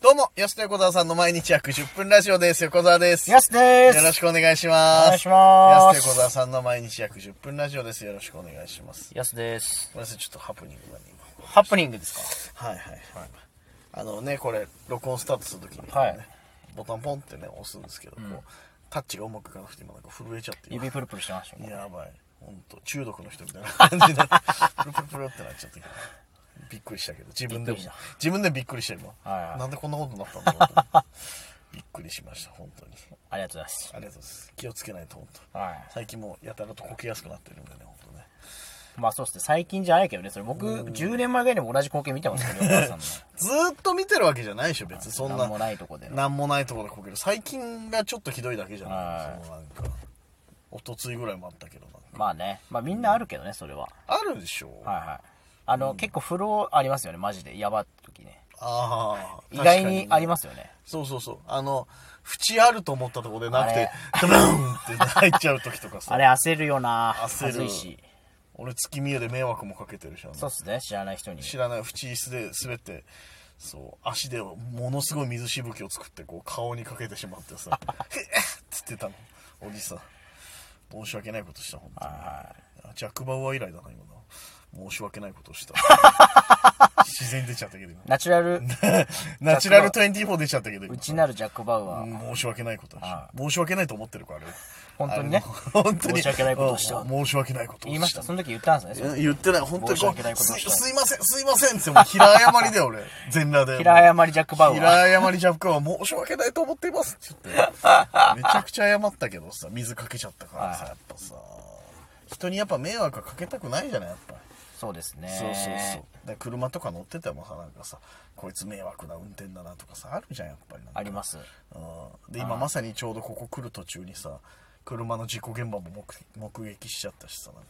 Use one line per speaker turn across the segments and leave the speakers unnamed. どうも、吉田横澤さんの毎日約10分ラジオです。横澤です。
やすでーす。
よろし
く
くお願いします。
お願いします
安田横澤さんの毎日約10分ラジオです。よろしくお願いします。
やすです。
ごめんなさい、ちょっとハプニングがね、
ハプニングですか
今。はいはいはい。あのね、これ、録音スタートするときに、ね
はい
ボタンポンってね、押すんですけど、こう、タッチがうまくいかなくて、今なんか震えちゃって。
指プルプルしてましたね。
やばい。ほんと、中毒の人みたいな感じで、プルプルプルってなっちゃって。びっくりしたけど、自分でも
びっくりし、
自分でびっくりしてるもん。
はいはい
なんでこんなことになったんだろうと思って。びっくりしました、本当に。
ありがとうございます
あ。りがとうございます。気をつけないと、本当。
はい
最近もうやたらとこけやすくなってるんでね、本当ね。
まあそうですね、最近じゃないけどね、それ僕、10年前ぐらいにも同じ光景見てます けど、お母さんの。
ずーっと見てるわけじゃないでしょ、別に。そんな。
なんもないとこでね
なんもないとこでこける。最近がちょっとひどいだけじゃな
はい
いそのなんか。おとついぐらいもあったけどなんか
まあね、まあみんなあるけどね、それは。
あるでしょ
はいはい。あの、結構不老ありますよね、マジで。やばい時ね。
ああ。
意外にあ
ます
りますよね。
そうそうそう。あの、縁あると思ったとこでなく
あ
て
れ、
ドブーンって入っちゃう時とか
あ
さ。
れ焦るよな
焦る
ずいし。
俺、月見湯で迷惑もかけてるし、あの
そうっすね、知らない人に。
知らない縁椅子で滑って、そう、足でものすごい水しぶきを作って、こう、顔にかけてしまってさ、へっつってたの。おじさん。申し訳ないことした、本当に。ジャック・バウアー以来だな、今の。申し訳ないことを した。自然出ちゃったけど、今。
ナチュラル、
ナチュラル24出ちゃったけど、今
内なるジャック・バウアー。
申し訳ないことをし
は
申し訳ないと思ってるからあれ
本当にね
あの本当に
申し訳ないことをした
うん申し訳ないことを
言いました。その時言ったんですね。
え言ってない本当に
申し訳ないことを
す
した
すいませんすいませんってもう平謝りだよ 俺全裸で
平謝りジャック・バウアー。
平謝りジャックは申し訳ないと思っていますって言ってめちゃくちゃ謝ったけどさ水かけちゃったからさやっぱさ人にやっぱ迷惑はかけたくないじゃないやっぱ
そうですね。
そうそうそうで車とか乗っててもさなんかさこいつ迷惑な運転だなとかさあるじゃんやっぱりなんか
あります。
うんで今まさにちょうどここ来る途中にさ車の事故現場も目目撃しちゃったしさなんか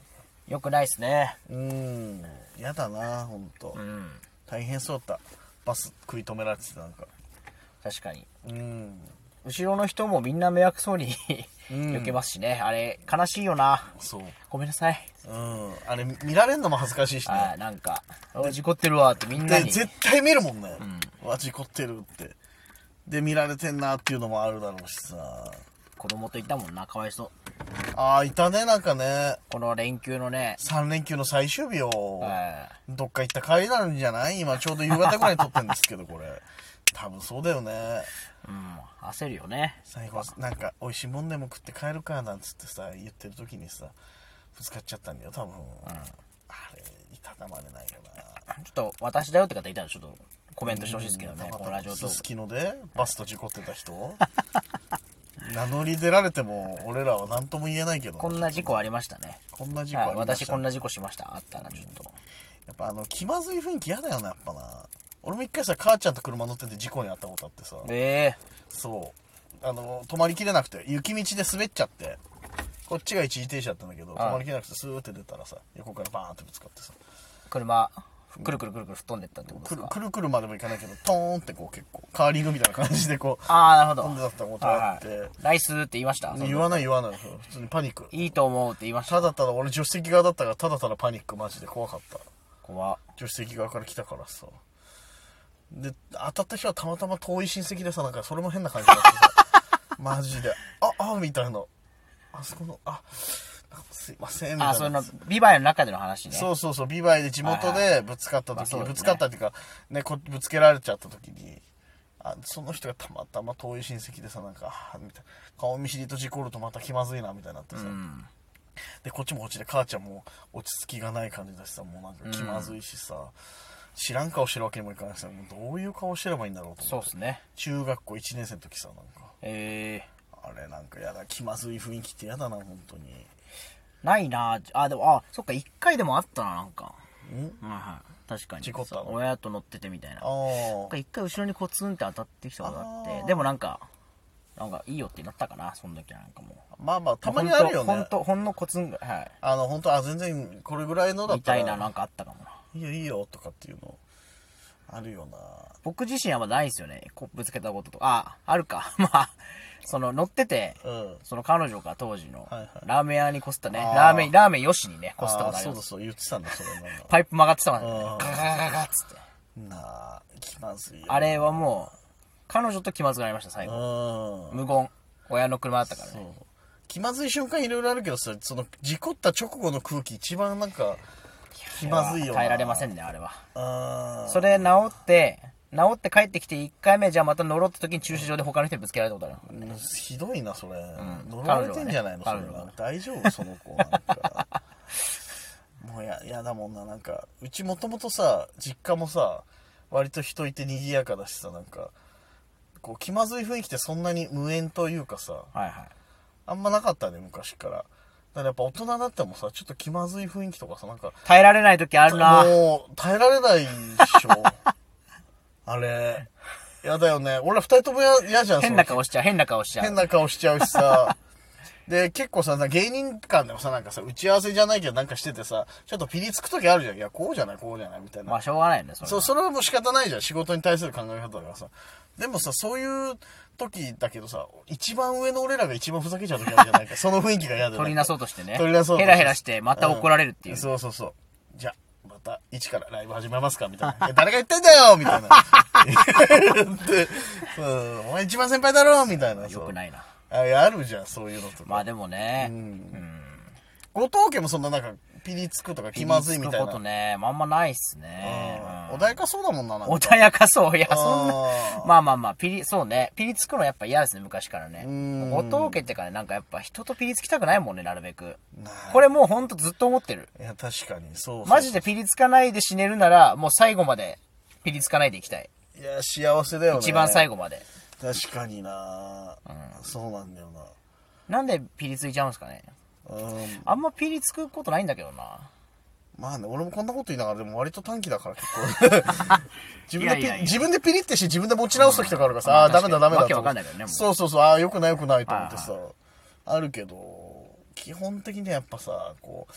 よくないですね。
うーんやだなほんと、
うん。
大変そうだったバス食い止められててなんか
確かに。
うん
後ろの人もみんな迷惑そうに避けますしね。あれ、悲しいよな。
そう
ごめんなさい。
うんあれ見られんのも恥ずかしいし
あ
ね
ーなんか、お事故ってるわってみんな
で
に。
絶対見るもんね、うわ事故ってるってで見られてんなっていうのもあるだろうしさ
子供といたもんな、かわいそう。
あーいたねなんかね
この連休のね、
3連休の最終日を
え
どっか行った帰りなんじゃない今ちょうど夕方ぐらいに撮ってるんですけど、これ。多分そうだよね。
ーうん、焦るよね。
最後、なんか、美味しいもんでも食って帰るか、なんつってさ、言ってる時にさ、ぶつかっちゃったんだよ、多分。あれ、いたたまれないよな。
ちょっと、私だよって方いたら、ちょっと、コメントしてほしいですけどね、このラジオ
す
ト
す
ーク。
きので、バスと事故ってた人 名乗り出られても、俺らは何とも言えないけど、
こんな事故ありましたね。
こんな事故あ
はい、
りまし
私
た
こん
ね
な事故しました。あったな、ちょっと。
やっぱあの、気まずい雰囲気嫌だよな、やっぱな。俺も一回さ、母ちゃんと車乗ってて事故に遭ったことあってさ。
ええ
そうあの止まりきれなくて雪道で滑っちゃってこっちが一時停止だったんだけど
はい
止まりきれなくてスーッて出たらさ横からバーンってぶつかってさ
車、くるくるくるくる吹っ飛んでったってこと
く
です
る
か
くるくるまでもいかないけどトーンってこう結構カーリングみたいな感じでこう
ああ、なるほど。
飛んでたってことあって
はいはいナイスって言いました。
言わない言わない普通にパニック
いいと思うって言いました。
ただただ俺助手席側だったからただただパニックマジで怖かった
怖っ
助手席側から来たからさで当たった人はたまたま遠い親戚でさなんかそれも変な感じだったさマジで「ああみたいなあそこのあなんかすいませんみたいな
あ、その、ビバイの中での話ね。
そうそうそうビバイで地元
はい
でぶつかった時に、
まあそうだね
ぶつかったっていうか、ね、こぶつけられちゃった時にあその人がたまたま遠い親戚でさなんかあみたいな顔見知りと事故るとまた気まずいなみたいになってさ、
うん。
でこっちもこっちで母ちゃんも落ち着きがない感じだしさもうなんか気まずいしさ、知らん顔してるわけにもいかないしさもうどういう顔してればいいんだろうと
そう
思っ
ってすね。
中学校1年生の時さなんか
え
あれなんかやだ気まずい雰囲気ってやだな本当に
ー、ないなあ、でも、あ、そっか、一回でもあったな、なんか。
ん
はいはい。確かに。
事故ったの
親と乗っててみたいな。
あ
なん
あ
か一回後ろにコツンって当たってきたことがあっ
あ
て
ー、
でもなんか、なんかいいよってなったかな、その時はなんかもう。
まあまあたまにあるよ
ほん
ね
と、ほんとほんのコツンが、はい。
あの本当あ全然これぐらいのだっ
み
た
た
ら
いな、なんかあったかもな。
いいよいいよとかっていうのあるよな
僕自身はまあないですよね。こうぶつけたこととか。あ、あるか。 まあ、その乗ってて、
うん
その彼女が当時の
はいはい、
ラーメン屋にこすったね。
あー
ラーメン、ラーメンよしにね、こすったこと
あ
あり
そう
ま
だ
す。
そう言ってたんだそれなんだ
パイプ曲がってたもんね。
うん
ガガガガガっつって。
なあ気まずいよ
あれはもう、彼女と気まずくなりました、最後。
うん
無言。親の車だったから
そ
ね。
う気まずい瞬間いろいろあるけどさその事故った直後の空気一番なんか気まずいよな
耐えられませんね、あれは。
あ
それ治って、治って帰ってきて1回目、じゃあまた乗ろうって時に駐車場で他の人にぶつけられたことある。
ーひどいなそれ、
ん
呪われてんじゃないの、
彼
そ
女
れ
は
は
ね
大丈夫その子なんかもうややだもんななんかうちもともとさ実家もさ割と人いて賑やかだしさなんかこう気まずい雰囲気ってそんなに無縁というかさ
はいはい。
あんまなかったね昔からだからやっぱ大人になってもさちょっと気まずい雰囲気とかさなんか
耐えられない時あるな。
もう、耐えられないでしょ。あれ。やだよね。俺ら二人ともや嫌じゃん。
変な
その
顔しちゃう、変な顔しちゃ
変
う。
な顔しちゃうし さ。で、結構さ、な芸人間でもさ、なんかさ、打ち合わせじゃないけどなんかしててさ、ちょっとピリつく時あるじゃん。いや、こうじゃない、こうじゃない、みたいな。
まあしょうがないよね、それは。
そう、それはもう仕方ないじゃん。仕事に対する考え方だからさ。でもさ、そういう時だけどさ、一番上の俺らが一番ふざけちゃう時あるじゃない か。その雰囲気が嫌で。
取りなそうとしてね。
取り出そうと
ヘラヘラして、また怒られるっていう。
んそうそうそうじゃあまた一からライブ始めますかみたいなえ誰が言ってんだよみ たいな でうんお前一番先輩だろみたいな
よ
そ
く
う
ないな。
あいやあるじゃんそういうのとか、
まあでもね、
後藤家もそんななんかピリつくとか気まずいみたい
つ
な
くことね、あんまないっすね。
う
うんん
穏やかそうだもんななんか
穏やかそう。いや、そん
あ。
なまあまあまあ、ピリ、そうね。ピリつくのやっぱ嫌ですね、昔からね。
ん
後藤家ってかね、なんかやっぱ人とピリつきたくないもんね、なるべく
ない。
これもうほんとずっと思ってる。
いや確かにそうそう
マジでピリつかないで死ねるなら、もう最後までピリつかないでいきたい。
いや幸せだよね
一番最
後
後まで。
確かにな、そうなんだよな
なんでピリついちゃうんですかね。
うん
あんまピリつくことないんだけどな。
まあね、俺もこんなこと言いながら、でも割と短期だから結構。自 分でピ
いやいやいや
自分でピリってして自分で持ち直す時とかあるからさ、
うん
ああー、
まあ
ダメだダメだと思
確かにわけわか
っ
んな
て
いからねもう
そうそうそう、ああ、良くない良くないと思ってさ、あるけど、基本的にはやっぱさ、こう、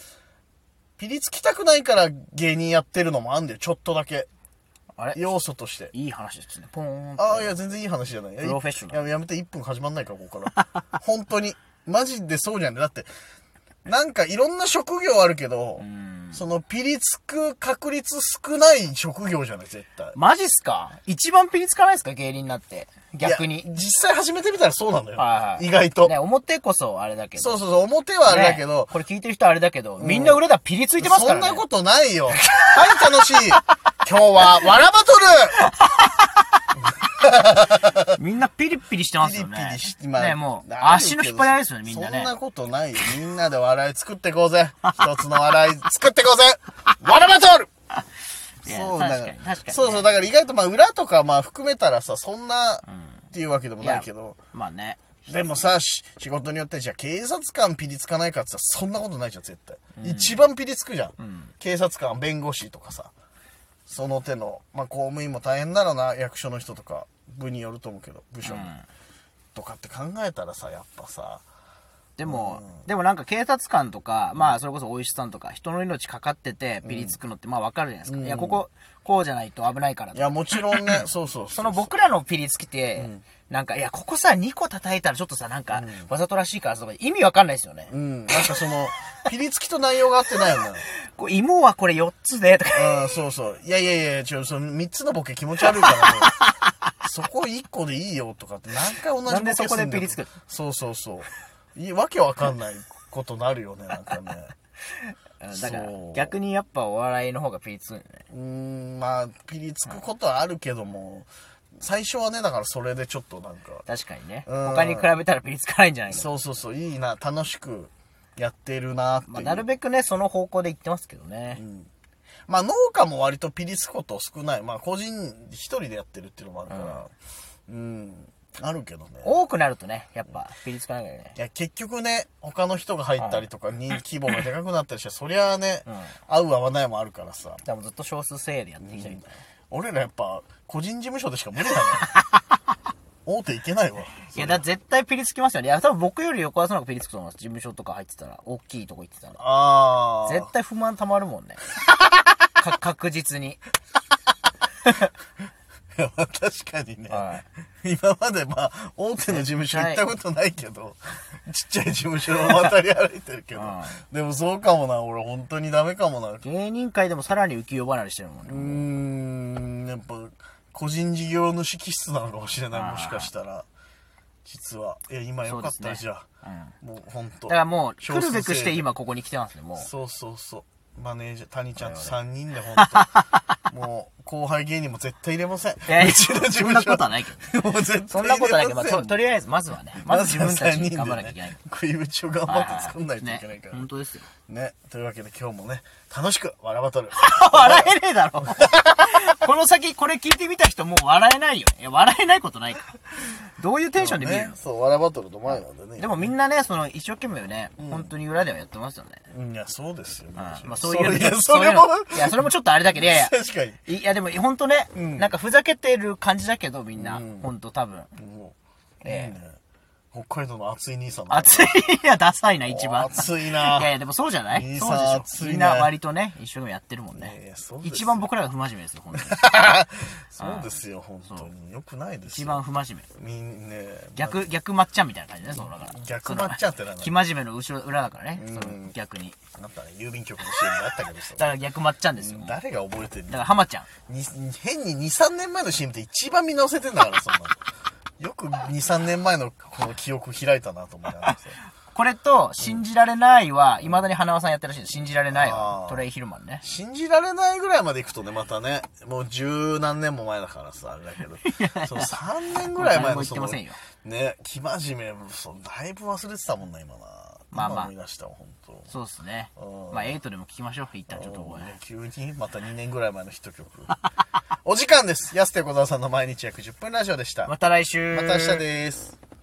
ピリつきたくないから芸人やってるのもあんだよ、ちょっとだけ。
あれ
要素として。
いい話ですね。ポーンって
ああ、いや、全然いい話じゃない。プ
プロフェッショナル
ややめて、1分始まんないから、ここから。 本当に。マジでそうじゃん。だって、なんかいろんな職業あるけど、そのピリつく確率少ない職業じゃない、絶対。
マジっすか一番ピリつかないっすか芸人になって。逆
いや
に。
実際始めてみたらそうなのよ。
はいはい
意外と。
ね、表こそあれだけど。
そうそうそう、表はあれだけど
ね、これ聞いてる人はあれだけど、みんな裏だピリついてますか
そ
ら
ん
ね。
なことないよ。はい、楽しい。今日は、わらバトル
みんなピリピリしてますよね。
ピリピリして、まあ
ね、もう、
あるけ
足
ど
の引っ張り合いですよね、みんなね。
そんなことないよ。みんなで笑い作ってこう ぜ。一つの笑い作ってこうぜ。わらバトル
いや
そうだ
確
か
からに、確かにね、
そうそう、だから意外とまあ裏とかまあ含めたらさ、そんなっていうわけでも
いや
ないけど。。
まあね。
でもさ、し仕事によってじゃあ警察官ピリつかないかってさ、そんなことないじゃん、絶対。一番ピリつくじゃん,、警察官、弁護士とかさ。その手の、まあ公務員も大変だろうな、役所の人とか、部によると思うけど、部署に。とかって考えたらさ、やっぱさ、
でも、でもなんか警察官とか、まあそれこそお医者さんとか、人の命かかっててピリつくのってまあわかるじゃないですか。いや、ここ、こうじゃないと危ないから
い
とか。
や、もちろんね、そうそう
その僕らのピリつきって、なんか、いや、ここさ、2個叩いたらちょっとさ、なんか、わざとらしいからとか、意味わかんないですよね。
うん、なんかその、ピリつきと内容が合ってないよね。
こう芋はこれ4つで、とか。
うん、そうそう。いやいやいや、ちょ、その3つのボケ気持ち悪いから、もうそこ1個でいいよとかって何回同じボケ
なんでそこです
んだよ
ピリつく
そうそうそう。いいわけわかんないことなるよね、なんかね。
だから
そう、
逆にやっぱお笑いの方がピリつくよね。
うーん、まあ、ピリつくことはあるけども、最初はね、だからそれでちょっとなんか、
確かにね。
うん
他に比べたらピリつかないんじゃないかな。
そうそうそう、いいな、楽しくやってるなっていう。
まあ、なるべくね、その方向で行ってますけどね。
まあ農家も割とピリつくこと少ない。まあ個人一人でやってるっていうのもあるから、うん、あるけどね。
多くなるとね、やっぱ、ピリつかないからね。
いや、結局ね、他の人が入ったりとか、に規模がでかくなったり して、そりゃあね、合う合わないもあるからさ。
でもずっと少数精鋭でやってきたみたいな。
俺らやっぱ、個人事務所でしか無理だ ね。大手いけないわ。
いや、だから絶対ピリつきますよね。いや、多分僕より横川さんの方がピリつくと思います。事務所とか入ってたら、大きいとこ行ってたら。
あー。
絶対不満たまるもん ね。か確実に。
いやまあ確かにね、
は
今までまあ、大手の事務所行ったことないけど、ちっちゃい事務所を渡り歩いてるけど、でもそうかもな、俺本当にダメかもな。う
芸人界でもさらに浮世離れしてるもん
ー
ね。
ん、やっぱ、個人事業主気質なのかもしれ
あ
な
ー
いもしかしたら実はいや今よかっ
そう
た、
です
じ
ね
ゃあ、もう本当
だからもう、
少
来
数
るべくして
制
今ここに来てますね、もう。
そうそうそうマネージャー谷ちゃんと
我
3人で本 当もう後輩芸人も絶対入れませんう
いやいや
ちの事
そん
務
な
所
ことはないけど。
もう絶対
そんなことはないけど、ま
入れま
あ、と
せん
とりあえず、まずはね、まず自分たちに頑張らなきゃいけない
ま。ずは三人でね食いぶちを頑張って作んないといけないから
ね、本当ですよ。
ねというわけで今日もね楽しくわらバ トル
笑えねえだろ。この先、これ聞いてみた人もう笑えないよね。いや、笑えないことないから。どういうテンションで見る
ね
の
そうわらバトルの前なんでね
でもみんなね、その、一生懸命ね、本当に裏ではやってますよね。
いやそうですよ、
うん
マジで
まあそういうの
いや
そ
そう
いう
れ
の
も
いや、それもちょっとあれだけど、いやいや
確かに
いや、でも本当ね、
ん
なんかふざけてる感じだけど、みんな、本当多分。
もう、
え
い
え
いね北海道の熱い兄さん だ
暑いいや、ダサいな、一番。
熱い
い
な
やいや、でもそうじゃない
いいさ
そうでしょ
暑いね
みんな割とね、一生懸命やってるもん
いやい
ね
やそう。ですよ
一番僕らが不真面目ですよ、本当に。
そうですよ本当によくないです
一
よ
番不真面目。
みんね
逆、逆抹茶みたいな感じね、そのだから。
逆抹茶ってなんだ
生真面目の後ろ、裏だからね、その逆に。
あったね郵便局の CM があったけどさ
だから逆抹茶んですよ。だか
誰が覚えてんの
ら浜ちゃん。
に変に23年前の CM って一番見直せてんだからそんなのよく23年前のこの記憶開いたなと思いながらさ
これと、信じられないは、未だに花輪さんやってるらしいです信じられないは
あ、ー
トレイヒルマンね。
信じられないぐらいまでいくとね、またね、もう十何年も前だからさ、あれだ けど、その3年ぐらい前のその、
もう誰も言って
ね、生真面目、そうだいぶ忘れてたもんな、今な。
まあまあ
今思い出したわ、本当。
そうですね
う。ん
まあ、エイトでも聞きましょう。一旦ちょっとここで
もう急に、また2年ぐらい前のヒット曲。お時間です。安手小沢さんの毎日約10分ラジオでした。
ま
ま
た来週。
た明日です。